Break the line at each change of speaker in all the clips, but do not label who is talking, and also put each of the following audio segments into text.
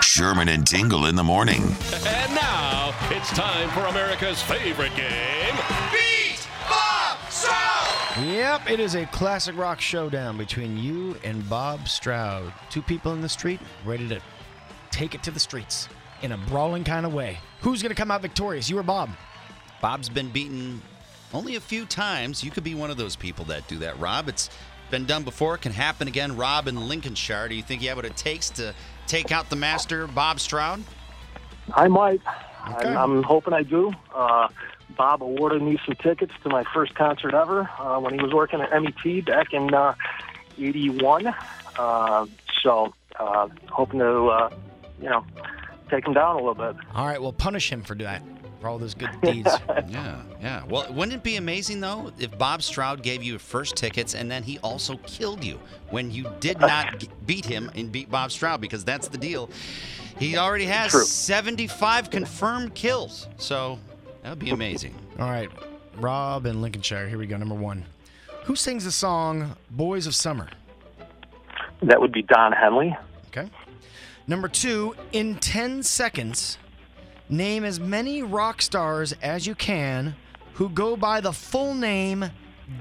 Sherman and Tingle in the morning.
And now it's time for America's favorite game.
Beat Bob Stroud!
Yep, it is a classic rock showdown between you and Bob Stroud. Two people in the street ready to take it to the streets in a brawling kind of way. Who's going to come out victorious? You or Bob?
Bob's been beaten only a few times. You could be one of those people that do that, Rob. It's been done before, can happen again. Rob in Lincolnshire, do you think you have what it takes to take out the master, Bob Stroud?
I might.
Okay.
I'm, I'm hoping I do. Uh, Bob awarded me some tickets to my first concert ever uh, when he was working at MET back in uh, '81. Uh, so, uh, hoping to, uh, you know, take him down a little bit.
All right, well, punish him for that, for all those good deeds.
Yeah, yeah. Well, wouldn't it be amazing, though, if Bob Stroud gave you first tickets and then he also killed you when you did not g- beat him and beat Bob Stroud? Because that's the deal. He already has
True.
75 confirmed kills. So that would be amazing.
all right, Rob in Lincolnshire, here we go, number one. Who sings the song Boys of Summer?
That would be Don Henley.
Okay. Number two, in 10 seconds, name as many rock stars as you can who go by the full name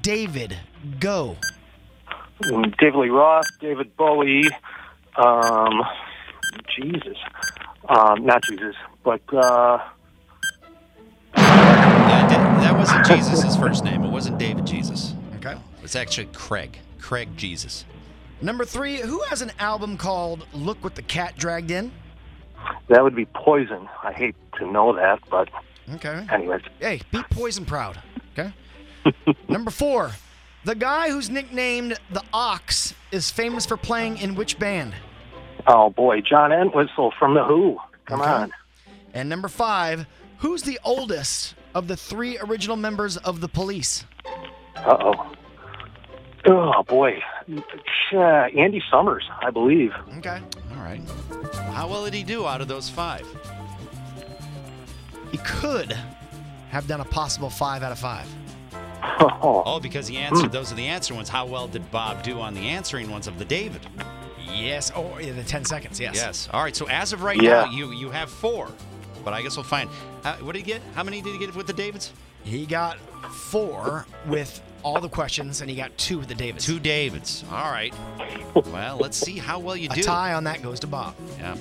David. Go.
Mm, David Lee Roth, David Bowie, um, Jesus, um, not Jesus, but uh,
Yeah, Da- that wasn't Jesus' first name. It wasn't David Jesus.
Okay.
It's actually Craig. Craig Jesus.
Number three, who has an album called Look What the Cat Dragged In?
that would be Poison. I hate to know that, but
Okay.
anyways,
Hey, be poison proud. Okay. Number four, the guy who's nicknamed the Ox is famous for playing in which band?
oh boy, John Entwistle from the Who. Come
Okay.
on.
And number five, who's the oldest of the three original members of the police?
Uh oh. Oh boy, uh, Andy Summers, I believe.
Okay.
All right. How well did he do out of those five?
He could have done a possible five out of five.
Oh,
Oh, because he answered those are the answer ones. How well did Bob do on the answering ones of the David?
Yes. Oh, in the 10 seconds. Yes.
Yes. All right. So as of right now,
Yeah.
you you have four, but I guess we'll find. Uh, what did he get? How many did he get with the Davids?
He got four with all the questions, and he got two with the Davis.
Two Davids. All right. Well, let's see how well you
A
do.
tie on that goes to Bob.
Yeah.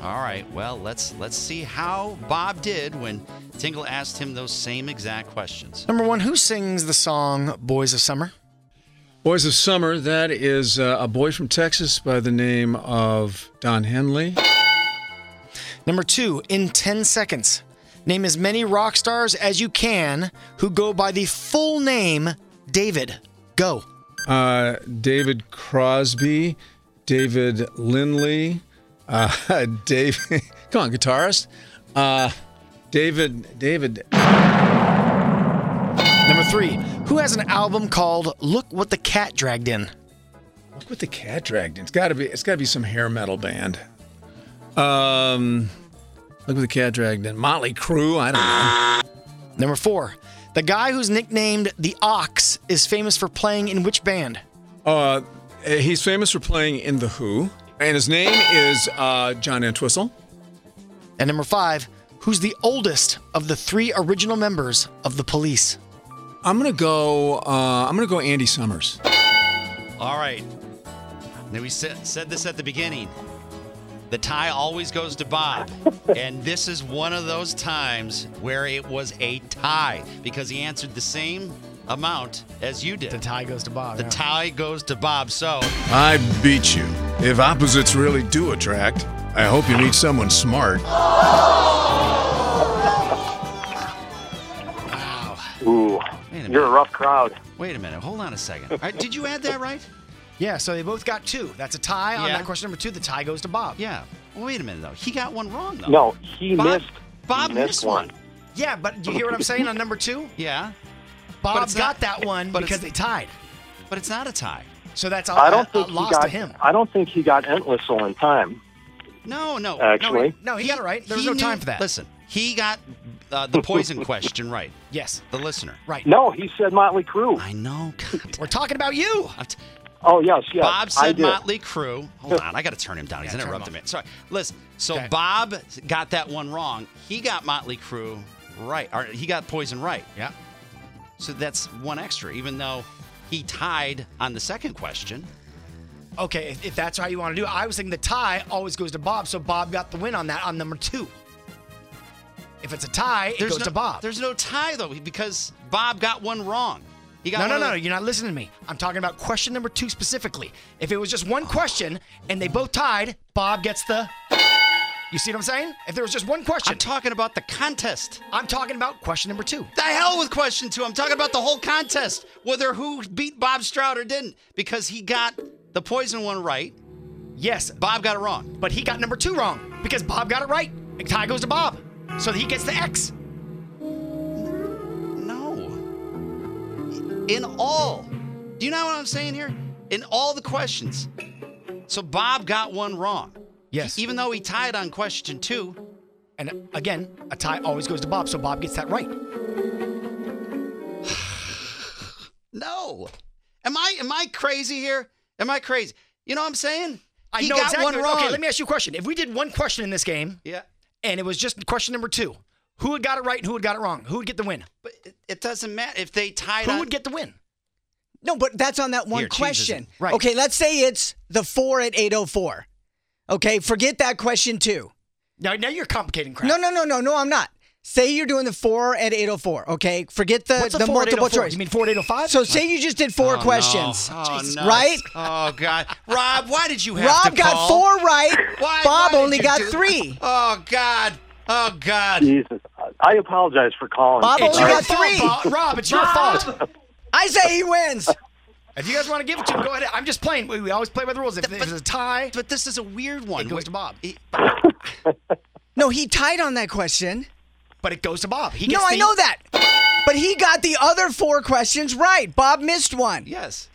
All right. Well, let's let's see how Bob did when Tingle asked him those same exact questions.
Number one, who sings the song Boys of Summer?
Boys of Summer, that is uh, a boy from Texas by the name of Don Henley.
Number two, in 10 seconds, name as many rock stars as you can who go by the full name David. Go.
Uh, David Crosby, David Lindley, uh, David, come on, guitarist. Uh, David, David,
Number three, who has an album called Look What the Cat Dragged In?
look what the cat dragged in. It's gotta be, it's gotta be some hair metal band. Um, look what the cat dragged in. Motley Crue, I don't know.
Number four, the guy who's nicknamed the Ox is famous for playing in which band?
Uh, he's famous for playing in The Who, and his name is uh, John Entwistle.
And number five, who's the oldest of the three original members of the police?
I'm gonna go. Uh, I'm gonna go Andy Summers.
All right. Now we said, said this at the beginning. The tie always goes to Bob, and this is one of those times where it was a tie because he answered the same amount as you did.
The tie goes to Bob.
The
yeah.
tie goes to Bob. So,
I beat you. If opposites really do attract, I hope you meet someone smart.
ooh,
Wait a
you're a rough crowd.
wait a minute. Hold on a second. All right, did you add that right?
Yeah, so they both got two. That's a tie on
Yeah.
that question number two. The tie goes to Bob.
Yeah. Wait a minute though. He got one wrong though.
No, he
Bob-
missed.
Bob
he missed,
missed
one.
one.
Yeah, but you hear what I'm saying on number two?
Yeah,
Bob
it's
got
not-
that one
but it's-
because they tied.
but it's not a tie.
So that's all
I
Uh,
don't
a, a
think he
loss
got.
to him.
I don't think he got Entwistle in time.
No, no, no,
Actually.
he-
No, he got it right. There was
he
no time
knew-
for that.
Listen, he got uh, the poison question right.
yes.
The listener.
Right.
No, he said Motley Crue.
I know. God.
We're talking about you.
I'm t-
Oh yes, yes.
Bob
I
said
did.
Motley Crue. Hold on, I got to turn him down. He's
Yeah, turn him
interrupting
off.
me. Sorry. Listen, so
Okay.
Bob got that one wrong. He got Motley Crue right, or he got Poison right.
Yeah.
So that's one extra, even though he tied on the second question.
Okay, if, if that's how you want to do it. I was thinking the tie always goes to Bob, so Bob got the win on that on number two. If it's a tie, it goes
no,
to Bob.
There's no tie though because Bob got one wrong. He got
No, no,
one of
no,
the-
you're not listening to me. I'm talking about question number two specifically. If it was just one question and they both tied, Bob gets the. You see what I'm saying? If there was just one question,
I'm talking about the contest.
I'm talking about question number two.
The hell with question two. I'm talking about the whole contest, whether who beat Bob Stroud or didn't, because he got the poison one right.
Yes,
Bob got it wrong.
but he got number two wrong because Bob got it right. A tie goes to Bob, so he gets the X.
No. In all. Do you know what I'm saying here? In all the questions. So Bob got one wrong.
Yes.
Even though he tied on question two.
And again, a tie always goes to Bob, so Bob gets that right.
No. Am I am I crazy here? Am I crazy? You know what I'm saying?
I
he
know
got
exactly.
one
what-
wrong.
Okay, let me ask you a question. If we did one question in this game
Yeah.
and it was just question number two, who had got it right and who had got it wrong? Who would get the win?
But it, it doesn't matter if they tied
Who
on
would get the win?
No, but that's on that one
Here, cheese is-
question.
right.
Okay, let's say it's the four at 804. Okay, forget that question too.
Now, now you're complicating crap.
No, no, no, no, no, I'm not. Say you're doing the four at 804. Okay, forget the,
What's a
the
four at
multiple
804?
choice.
You mean four at 805?
So say you just did four
Oh,
questions.
no. Oh,
Jesus
no.
Right?
Oh God, Rob, why did you have
Rob
to
got
call?
four right.
Why-
Bob
why did
only
you
got
do-
three.
Oh God. Oh God.
Jesus, I apologize for calling.
Bob only
it's your
got
fault,
three.
Bob- Rob, it's your fault.
I say he wins.
If you guys want to give it to him, go ahead. I'm just playing. We, we always play by the rules. If, if it's a tie,
But this is a weird one.
it goes to Bob.
No, he tied on that question.
But it goes to Bob. He
No,
gets
I
the-
know that. But he got the other four questions right. Bob missed one.
Yes.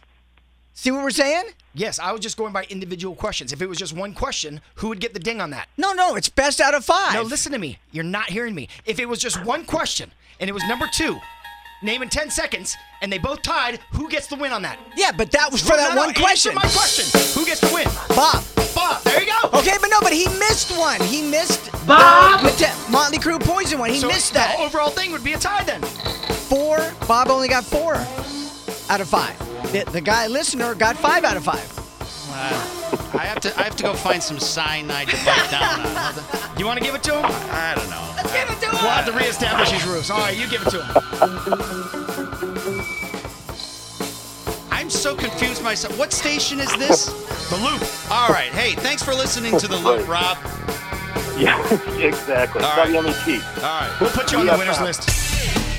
See what we're saying?
Yes, I was just going by individual questions. If it was just one question, who would get the ding on that?
No, no, it's best out of five.
No, listen to me. You're not hearing me. If it was just one question and it was number two, name in 10 seconds, and they both tied, who gets the win on that?
Yeah, but that was for
No,
that
no,
one
answer
question.
my question. Who gets the win?
Bob.
Bob, there you go.
Okay, but no, but he missed one. He missed Bob Motley Crue poison one. He
So
missed that.
The
oh.
overall thing would be a tie then.
Four. Bob only got four out of five. The, the guy listener got five out of five.
I have to. I have to go find some cyanide to bite down on.
You want to give it to him?
I don't know.
Let's give it to
We'll have to reestablish his rules. All right, you give it to him.
I'm so confused myself. What station is this? The Loop. All right. Hey, thanks for listening to the Loop, Rob.
Yeah, exactly.
All right.
WMET.
All right.
We'll put you on the
Yeah,
winner's
Bob.
list.